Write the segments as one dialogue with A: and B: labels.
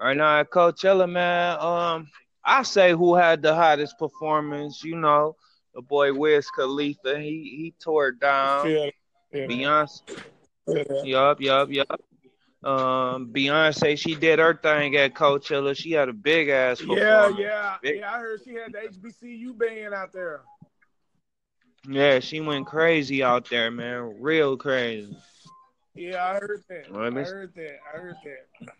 A: Right now at Coachella, man, um, I say who had the hottest performance, you know, the boy Wiz Khalifa. He he tore it down.
B: Yeah, yeah,
A: Beyonce.
B: yeah.
A: Yup, yup, yup. Um, Beyonce, she did her thing at Coachella. She had a big ass performance.
B: Yeah, yeah, yeah. I heard she had the HBCU band out there.
A: Yeah, she went crazy out there, man. Real crazy.
B: Yeah, I heard that.
A: Well,
B: I
A: that's-
B: heard that. I heard that.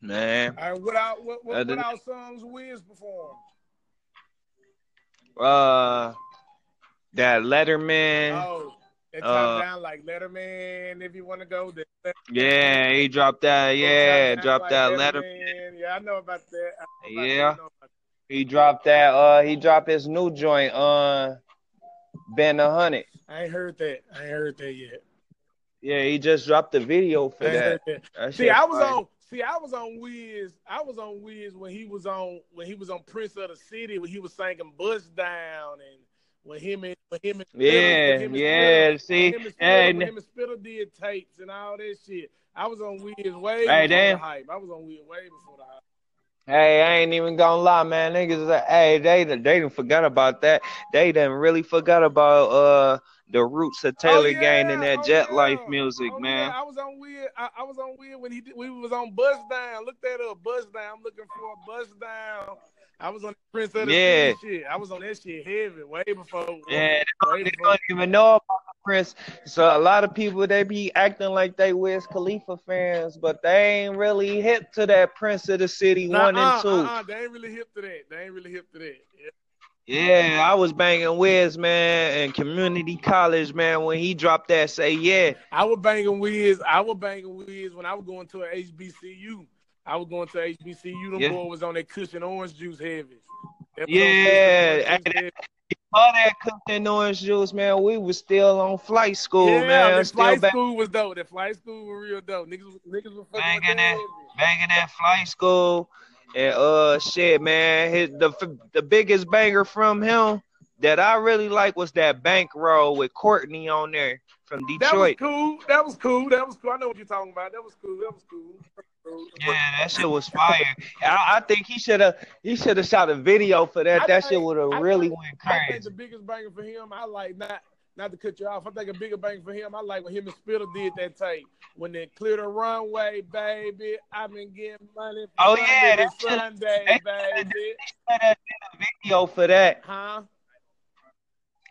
A: Man.
B: All right, what out what what,
A: Other-
B: what out songs Wiz performed?
A: Uh that Letterman.
B: Oh,
A: Uh,
B: that top down like Letterman. If you want to go, there.
A: Yeah, Oh, he dropped that. Yeah,
B: Top Down
A: dropped
B: like
A: that Letterman.
B: Yeah, I know about that. I know about that. I
A: Yeah.
B: know about
A: He dropped that. Uh, he dropped his new joint on uh, Ben a Hundred.
B: that. I ain't heard that. I ain't heard that yet.
A: Yeah, he just dropped the video
B: I
A: for
B: ain't
A: that.
B: heard that.
A: That
B: See,
A: shit
B: I was
A: fire.
B: on. See, I was on Wiz. I was on Wiz when he was on when he was on Prince of the City when he was singing "Bust Down" and when him and when him and
A: Yeah,
B: when him and
A: yeah.
B: Spitter-
A: See,
B: when him and Spitter,
A: hey,
B: when
A: n-
B: him and Spitter did tapes and all that shit. I was on Wiz way
A: Hey,
B: before
A: damn.
B: the hype. I was on Wiz way before the hype.
A: hey, I ain't even gonna lie, man. Niggas, is like, hey, they done- they done forgot about that. They done really forgot about uh the roots of Taylor
B: Oh, yeah.
A: Gang and that
B: Oh,
A: Jet
B: yeah.
A: Life music,
B: Oh,
A: man.
B: yeah. I was on Wiz. I, I was on Wiz when he did, we was on Bust Down. Look that up, Bust Down. I'm looking for a Bust Down. I was on Prince of the
A: Yeah.
B: City shit. I was on that shit heavy way before.
A: Yeah,
B: way
A: they
B: before.
A: don't even know about Prince. So a lot of people they be acting like they Wiz Khalifa fans, but they ain't really hip to that Prince of the City one
B: Nuh-uh,
A: and 2
B: uh-uh, They ain't really hip to that. They ain't really hip to that. Yeah.
A: Yeah, I was banging Wiz man in community college man when he dropped that say yeah.
B: I was banging Wiz. I was banging Wiz when I was going to an HBCU. I was going to HBCU. Them
A: Yeah.
B: boy was on that cushion orange juice heavy. They was on cushion
A: Yeah.
B: orange juice
A: Hey,
B: heavy.
A: All that cooking orange juice man, we was still on flight school
B: yeah,
A: man,
B: That
A: still
B: flight
A: back.
B: school was dope. That flight school was real dope. Niggas, was- niggas was fucking
A: Banging
B: with
A: that.
B: that.
A: banging at flight school, and uh, shit, man, his, the the biggest banger from him that I really like was that bankroll with Courtney on there from
B: That was
A: Detroit.
B: cool. That was cool. That was cool. I know what you're talking about. That was cool. That was cool. That was cool.
A: yeah, that shit was fire. I, I think he should have he should have shot a video for that.
B: I
A: that
B: think-
A: shit would have
B: I
A: really
B: think-
A: went
B: I think
A: crazy.
B: the biggest banger for him, I like not not to cut you off. I think a bigger banger for him, I like when him and Spitter did that tape when they cleared the runway, baby. I've been getting money.
A: Oh,
B: From
A: yeah,
B: Monday to
A: that shit-
B: Sunday,
A: that
B: baby.
A: They should have did a video for that.
B: Huh?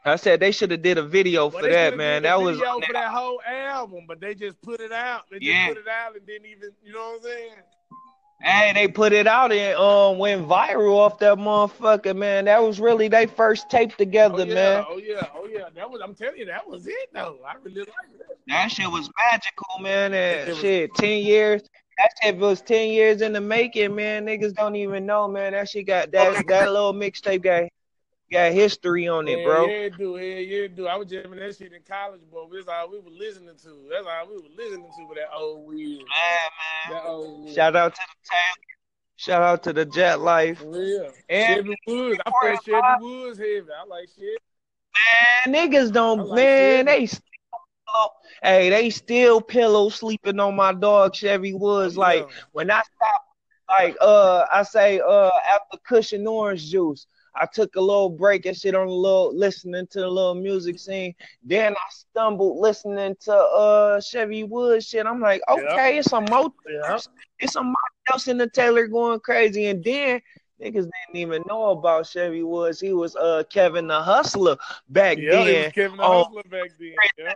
A: I said they should have did a video
B: Well,
A: for
B: they
A: that,
B: shoulda
A: man.
B: did
A: That
B: the
A: was
B: video for that whole album, but they just put it out. They just
A: Yeah.
B: put it out and didn't even, you know what I'm saying?
A: Hey, they put it out and um went viral off that motherfucker, man. That was really they first tape
B: Oh
A: together,
B: yeah,
A: man.
B: oh yeah, oh yeah. That was I'm telling you, that was it though. I really like that.
A: That shit was magical, man.
B: It
A: And
B: was-
A: shit, ten years. That shit was ten years in the making, man. Niggas don't even know, man. That shit got that that little mixtape got got history on it,
B: yeah,
A: bro.
B: Yeah, it do, yeah, yeah, it do. I was jamming that shit in college, but that's all we were listening to. That's all we were listening to with that old weird.
A: Yeah, man.
B: That old weird.
A: Shout out to the town. Shout out to the Jet Life.
B: For real.
A: And-
B: Chevy Woods. I
A: Before
B: felt
A: I-
B: Chevy Woods heavy. I like shit.
A: Man, niggas
B: I
A: don't
B: like
A: man,
B: Chevy.
A: they still hey, they still pillow sleeping on my dog Chevy Woods.
B: Oh,
A: Like when I stop, like uh, I say uh, after cushion orange juice, I took a little break and shit on a little listening to the little music scene. Then I stumbled listening to uh Chevy Woods shit. I'm like,
B: Yeah.
A: okay, it's a mo,
B: yeah.
A: it's a else in the Taylor going crazy, and then. Niggas didn't even know about Chevy Woods. He was uh Kevin the Hustler back
B: Yeah, it
A: then
B: was Kevin the
A: Oh.
B: Hustler back then. Yeah.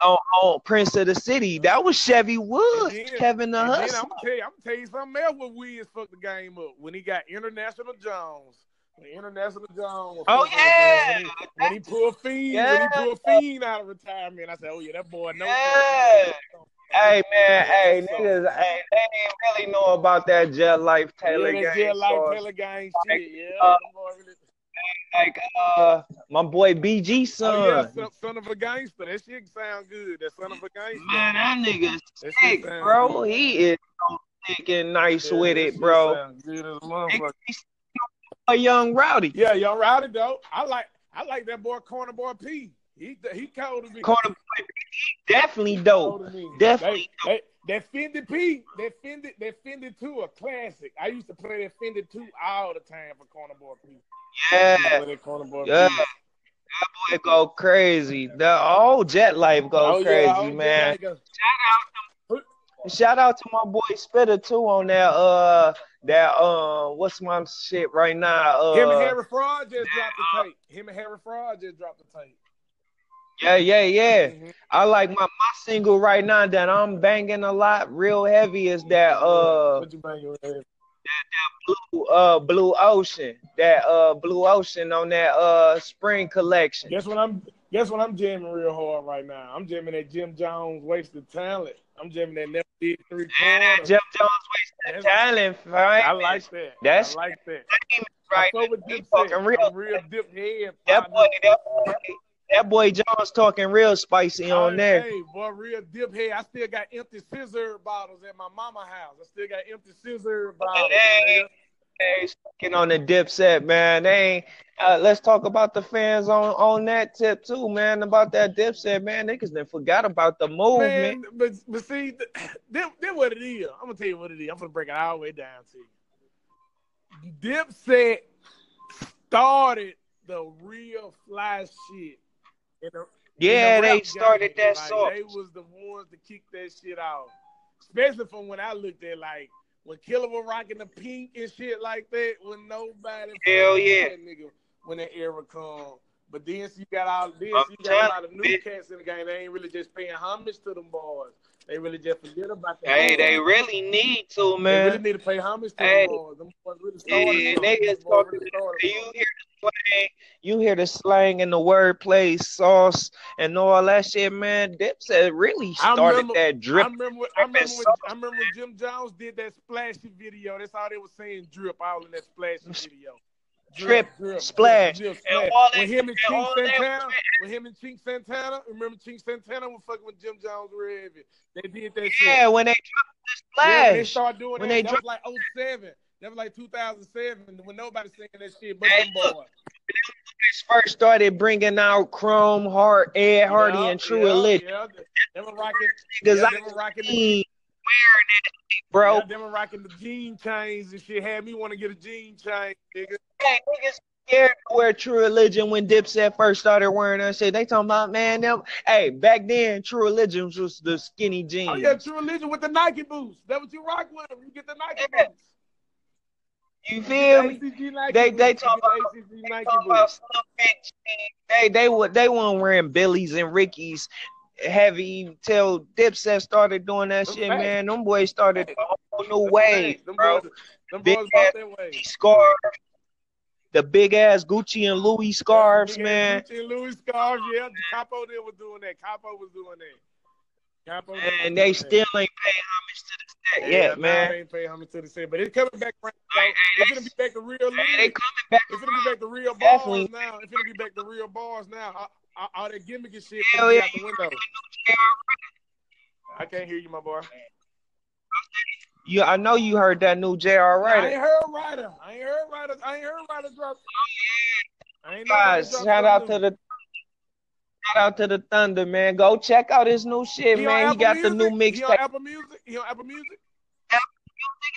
A: on, on Prince of the City. That was Chevy Woods,
B: It did.
A: Kevin the
B: And then I'm
A: Hustler.
B: gonna tell you, I'm gonna tell you something else. What Wiz fucked the game up when he got International Jones. When International Jones. was
A: Oh,
B: fucking with
A: yeah.
B: him, When he, when he pulled Fiend,
A: Yeah.
B: when he pulled Fiend out of retirement, I said, "Oh yeah, that boy knows."
A: Yeah. Hey man, hey niggas, hey they didn't really know about that jet life Taylor
B: yeah,
A: yeah,
B: that Jell like
A: sauce.
B: Taylor gang
A: Like,
B: shit. Yeah,
A: uh,
B: them boy really-
A: Like uh, my boy BG son.
B: oh, yeah, son, son of a gangster. That shit sound good. That son of a gangster.
A: Man, that nigga
B: That shit
A: sick,
B: sound
A: bro.
B: good.
A: He is so thick and nice
B: Yeah,
A: with
B: that
A: it,
B: shit
A: bro.
B: sound good as a motherfucker.
A: He's a young rowdy.
B: Yeah, y'all rowdy though. I like I like that boy Corner Boy P. He he cold to me.
A: Corner boy, definitely dope.
B: Cold to me.
A: Definitely
B: They, That Fendi P, that Fendi, that Fendi 2, a classic. I used to play that Fendi 2 all the time for Corner Boy P.
A: Yeah.
B: That Corner Boy
A: Yeah.
B: P.
A: That boy go crazy. The whole jet life go
B: Oh,
A: crazy,
B: yeah, oh, yeah,
A: man.
B: like a-
A: Shout out to my boy Spitter too on that uh that uh what's my shit right now. Uh
B: Him and Harry Fraud just dropped the tape. Him and Harry Fraud just dropped the tape.
A: yeah, yeah, yeah.
B: Mhm.
A: I like my, my single right now that I'm banging a lot real heavy is that uh
B: What you banging with Harry?
A: blue uh blue ocean. That uh blue ocean on that uh spring collection.
B: Guess what I'm guess what I'm jamming real hard right now. I'm jamming that Jim Jones wasted talent. I'm jamming that never did three quarters.
A: Jeff Jones wasted talent, right?
B: I like that.
A: That's-
B: I like that.
A: right.
B: I fuck with
A: He
B: Dipset.
A: talking real.
B: I'm real dip head.
A: That
B: partner.
A: boy, that boy, that boy John's talking real spicy on there.
B: Hey, boy, real dip head. I still got empty scissor bottles at my mama house. I still got empty scissor bottles.
A: Hey.
B: nigga.
A: They sticking on the dip set, man. They ain't, uh, let's talk about the fans on on that tip too, man. About that dip set, man. Niggas then forgot about the movement.
B: Man, but but see, th- then then what it is. I'm gonna tell you what it is. I'm gonna break it all the way down to you. Dipset started the real fly shit. in the- in the
A: yeah, they
B: rap
A: started
B: game.
A: that
B: Like,
A: song.
B: They was the ones to kick that shit off. Especially from when I looked at like when Killer was rocking the pink and shit like that. When nobody
A: Hell
B: fucking
A: yeah.
B: with that nigga when that era come. But then you got all this,
A: I'm
B: you got a lot of new
A: telling you.
B: cats in the game. They ain't really just paying homage to them boys. They really just forget about that.
A: Hey, they really need to,
B: They
A: man.
B: really need to pay homage to
A: Hey.
B: them boys. Them boys really started.
A: Yeah,
B: something. Them
A: niggas
B: boys
A: talking.
B: really started
A: You hear
B: something.
A: the slang, you hear the slang and the wordplay, sauce and all that shit, man. Dipset really
B: I
A: started
B: remember-
A: that drip.
B: I remember, when, I remember, when,
A: sauce,
B: I remember when Jim Jones did that splashy video. That's all they were saying, drip, all in that splashy video.
A: Drip, splash,
B: drip,
A: and
B: splash.
A: all that-
B: when him and
A: and all
B: Chink
A: that
B: Santana, when him and Chink Santana, remember Chink Santana was fucking with Jim Jones real heavy. They did that shit.
A: yeah, when they dropped
B: Yeah, when they
A: the splash,
B: started doing
A: When
B: that,
A: they
B: that
A: drop-
B: was like 07. That was like 2007 when nobody singing that shit but
A: Hey,
B: them
A: look,
B: boys.
A: first started bringing out Chrome, Hart, Ed Hardy,
B: Yeah,
A: and True
B: yeah,
A: Religion.
B: Yeah, they were rocking, yeah,
A: Cause
B: they
A: I
B: were rocking the
A: seen wearing that shit, bro.
B: Yeah, them rocking the jean chains and shit had me want to get a jean chain, nigga.
A: Hey, niggas scared to wear True Religion when Dipset first started wearing that shit. They talking about man, them. Hey, back then True Religion was the skinny jeans.
B: Oh yeah, True Religion with the Nike boots. That what you rock with? You get the Nike
A: Yeah,
B: boots.
A: You feel me?
B: ACG Nike
A: They-
B: boots.
A: they
B: You get
A: talk about-
B: the ACG
A: They
B: Nike
A: talking about
B: boots.
A: some bitch jeans. They they were they weren't wearing Billies and Rickies heavy till Dipset started doing that
B: Them
A: shit,
B: facts.
A: man. Them boys started
B: Facts.
A: a whole new
B: Them
A: wave,
B: things, them
A: bro.
B: boys, them
A: Big
B: boys bought that way.
A: Gucci scarf, the big ass Gucci and Louis scarves,
B: Yeah,
A: man.
B: Gucci and Louis scarves. Yeah, Capo there was doing that. Capo was doing that. Capo. there was
A: And they
B: doing
A: still
B: that.
A: ain't paying homage to the set
B: Yeah,
A: yet,
B: nah,
A: man.
B: They ain't paying homage to the same, but it's coming back. Around.
A: Hey, hey,
B: It's gonna be back to real.
A: Hey,
B: league.
A: they coming back.
B: It's gonna be back to real
A: Definitely.
B: bars now. It's gonna be back to real bars now. All, all that gimmicky shit
A: Hell
B: finna be
A: yeah,
B: out the window. I can't hear you, my boy.
A: You, I know you heard that new J.R.
B: I ain't
A: Ryder.
B: heard Ryder. I ain't heard Ryder. I ain't heard Ryder drop. I ain't know Ryder
A: Guys,
B: dropped
A: shout out
B: something
A: to the shout out to the Thunder, man. Go check out his new
B: new.
A: shit,
B: He on
A: man. He
B: Apple
A: got the new
B: Music? He on
A: mixtape.
B: Apple Music. He on Apple Music.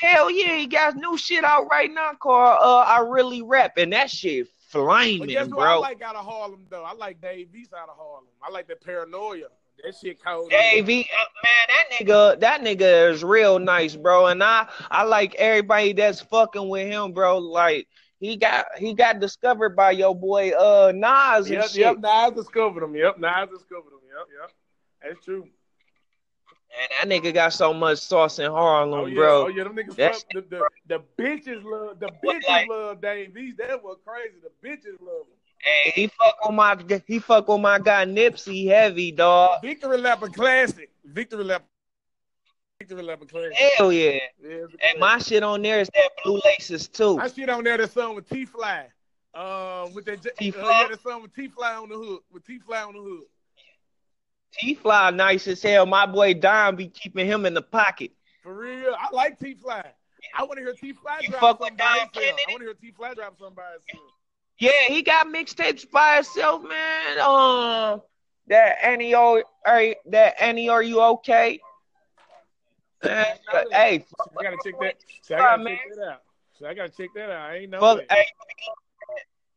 A: Hell yeah, he got new shit out right now called uh, "I Really Rap," and that shit
B: But
A: flaming,
B: guess what? I
A: bro.
B: like out of Harlem though. I like Dave East out of Harlem. I like that paranoia. That shit cold.
A: Davey, uh, man, that nigga, that nigga is real nice, bro. And I, I like everybody that's fucking with him, bro. Like he got, he got discovered by your boy, uh, Nas and
B: Yep,
A: shit.
B: yep. Nas discovered him. Yep, Nas discovered him. Yep, yep. That's true.
A: And that nigga got so much sauce in Harlem,
B: Oh yeah,
A: bro.
B: oh yeah, them niggas
A: That's-
B: fuck the, the the bitches love the bitches
A: Like-
B: love Dave East. That was crazy. The bitches love him.
A: Hey, he fuck with my, he fuck with my guy Nipsey heavy, dog.
B: Victory lap a classic. Victory lap. Victory lap a classic.
A: Hell yeah.
B: Yeah, it's a
A: And
B: classic.
A: my shit on there is that blue laces too.
B: I shit on there that song with T Fly. Uh, with that J-
A: T-Fly?
B: Uh, yeah, that song with T Fly on the hood. With T Fly on the hood.
A: T fly nice as hell. My boy Don be keeping him in the pocket.
B: For real, I like T Fly. I want to hear T Fly
A: You
B: drop
A: fuck with
B: something by
A: Don
B: himself.
A: Kennedy?
B: I want to hear T Fly drop something by himself.
A: Yeah, he got mixtapes by himself, man. Um, that Annie, O- are that Annie, are you okay? Man,
B: I didn't know that.
A: hey,
B: So I gotta check that. So I
A: Nah,
B: gotta
A: man.
B: check that out. So I gotta check that out. I ain't know
A: fuck,
B: that.
A: hey,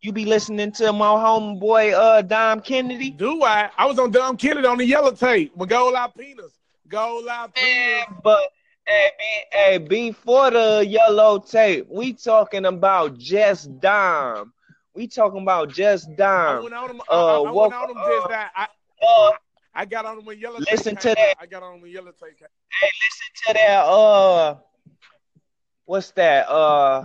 A: you be listening to my homeboy uh Dom Kennedy.
B: Do I? I was on Dumb Kennedy on the yellow tape with Gold Eye Penis. Gold Eye
A: Man,
B: Penis.
A: but hey, be- hey, before the yellow tape, we talking about just Dom. We talking about just
B: I
A: Dom.
B: went on him. I,
A: Uh,
B: I, I
A: what-
B: went on him
A: uh,
B: just that. I,
A: Uh,
B: I got on him with yellow tape.
A: Listen to
B: came
A: that.
B: out. I got on him with yellow tape. came-
A: listen to that. Uh, what's that? Uh,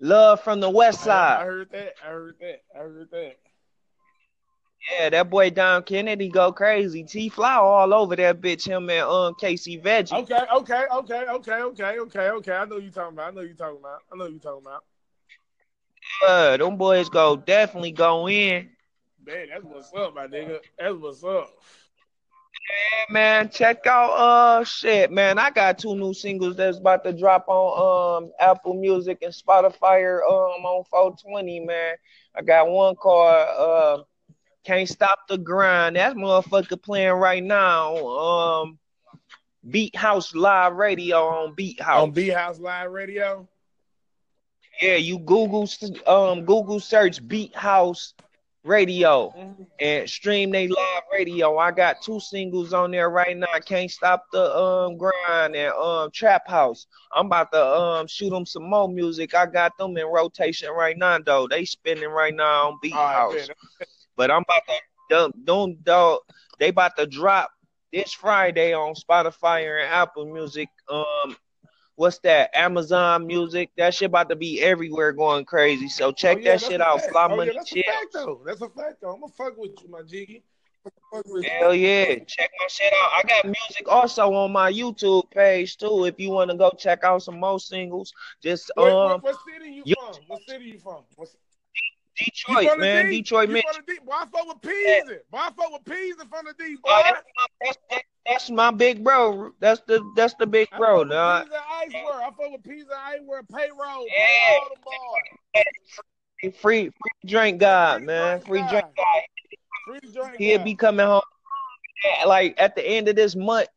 A: love from the West
B: I, I
A: Side.
B: heard that. I heard that. I heard that.
A: Yeah, that boy Dom Kennedy go crazy. T Flower all over that bitch. Him and um Casey Veggie.
B: Okay, okay, okay, okay, okay, okay, okay. I know you talking about. I know you talking about. I know you talking about.
A: Uh, them boys go definitely go in.
B: Man, that's what's up, my nigga. That's what's up.
A: Yeah, man, check out uh shit, man. I got two new singles that's about to drop on um Apple Music and Spotify or, um on 420, man. I got one called uh Can't Stop the Grind. That motherfucker playing right now. Um Beat House Live Radio on Beat House.
B: On B House Live Radio.
A: Yeah, you Google um Google search Beat House Radio and stream they live radio. I got two singles on there right now. Can't stop the um grind and um trap house. I'm about to um shoot them some more music. I got them in rotation right now though. They spinning right now on Beat
B: All right,
A: House.
B: man. Oh,
A: But I'm about to dump them dog. They about to drop this Friday on Spotify and Apple Music. Um, what's that? Amazon Music. That shit about to be everywhere, going crazy. So check
B: Oh, yeah,
A: that
B: that's
A: shit
B: a
A: out.
B: fact.
A: Fly
B: oh,
A: Money
B: yeah, that's
A: Chill.
B: a fact, though. That's a fact, though. I'm going to fuck with you, my Jiggy. I'ma fuck with you.
A: Hell yeah, check my shit out. I got music also on my YouTube page too. If you want to go check out some more singles, just
B: Wait, what-
A: um
B: what, city you,
A: you-
B: from? What city you from? What,
A: Detroit,
B: you from the
A: man,
B: D?
A: Detroit,
B: you
A: man.
B: from the D? Boy, I fuck with peas. in. Boy, I fuck with peas in front of D, boy.
A: Oh, that's, my, that's, that- that's my big bro. That's the that's the big
B: I
A: bro,
B: fuck with
A: dog.
B: peas and icewear. I fuck with peas and icewear. Payroll.
A: Yeah.
B: All the bars.
A: Free free drink god,
B: Free
A: man.
B: drink
A: Free
B: guy.
A: drink god.
B: Free drink.
A: He'll
B: guy.
A: be coming home yeah, like at the end of this month.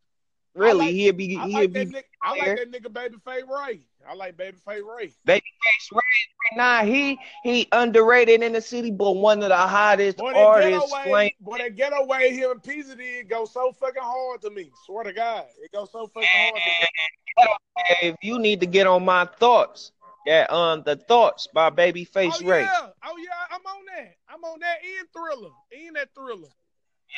A: Really,
B: I like-
A: he'll be
B: I
A: he'll
B: like,
A: be
B: that nigga, I like
A: there.
B: that nigga Baby Faye Ray. I like Baby Faye Ray.
A: Babyface Ray right now. He he underrated in the city, but one of the hottest
B: Boy, that ghetto
A: artists.
B: way,
A: playing-
B: boy, that ghetto way here in Pisa did go so fucking hard to me. Swear to God, it goes so fucking hard to me.
A: If you need to get on my thoughts, that um the thoughts by Babyface
B: oh
A: Ray.
B: yeah, oh yeah, I'm on that. I'm on that in thriller, in that thriller.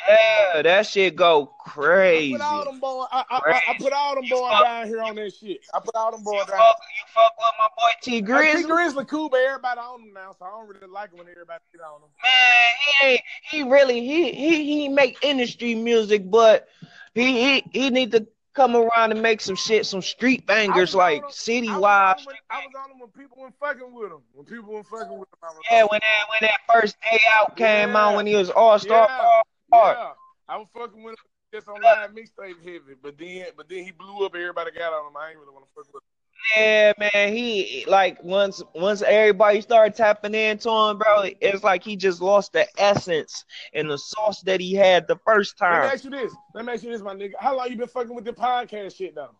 A: Yeah, that shit go
B: I
A: crazy.
B: put all them boy, I, I, I, I put all them boy
A: Crazy.
B: down here on that shit. I put all them boy
A: You
B: down.
A: fuck, you fuck with my boy T
B: Like,
A: Grizzly.
B: T Grizzly cool, but everybody on them now, so I don't really like it when everybody get on them.
A: man, he ain't, he really he he he make industry music, but he he he need to come around and make some shit, some street bangers
B: I was
A: like
B: on a-
A: city
B: I was,
A: wise.
B: on them when, I was on them when people weren't fucking with them. When people weren't fucking with them, I was
A: Yeah,
B: on
A: when that when that first day out came
B: Yeah.
A: out when he was all star.
B: Yeah, yeah. I was fucking with him just on live mixtape heavy, but then but then he blew up. Everybody got on him. I ain't really want to fuck with him.
A: Yeah, man, he like once once everybody started tapping into him, bro. It's like he just lost the essence and the sauce that he had the first
B: Let me
A: time.
B: ask you this. Let me ask you this, my nigga. How long you been fucking with the podcast shit though?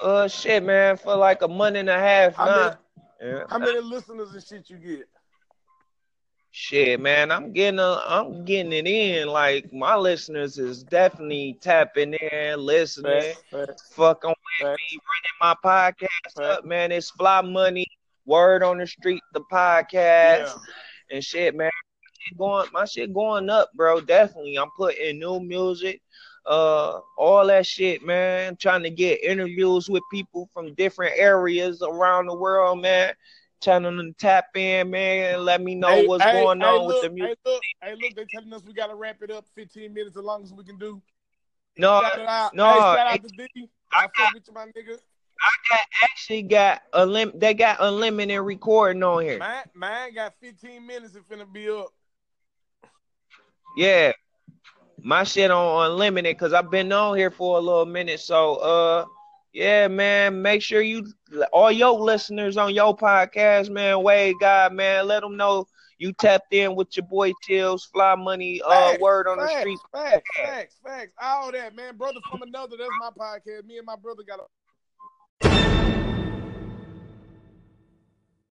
A: Uh, shit, man, for like a month and a half.
B: How many-
A: Nah. Yeah.
B: How many listeners and shit you get?
A: Shit, man, I'm getting a, I'm getting it in. Like my listeners is definitely tapping in, listening. Fuck on with me, running my podcast up, man. It's Fly Money, Word on the Street, the
B: Yeah.
A: podcast, and shit, man. My shit Going, my shit going up, bro. Definitely, I'm putting new music, uh, all that shit, man. I'm trying to get interviews with people from different areas around the world, man. Trying to tap in, man. Let me know
B: Hey,
A: what's
B: hey,
A: going
B: hey,
A: on with
B: look,
A: the music.
B: Hey look, hey, look, they telling us we gotta wrap it up 15 minutes as long as we can do.
A: no,
B: shout out,
A: Uh, no,
B: hey, shout out
A: it-
B: to D. I fuck with you, my nigga.
A: I got actually got unlim- They got unlimited recording on here.
B: Mine, mine got 15 minutes. It's finna be up.
A: Yeah. My shit on unlimited because I've been on here for a little minute. So uh Yeah, man. Make sure you all your listeners on your podcast, man. Wade God, man. Let them know you tapped in with your boy Tills, Fly Money, uh,
B: Facts,
A: word on the
B: facts,
A: street.
B: Facts, facts, facts. All that, man. Brother from another. That's my podcast. Me and my brother got a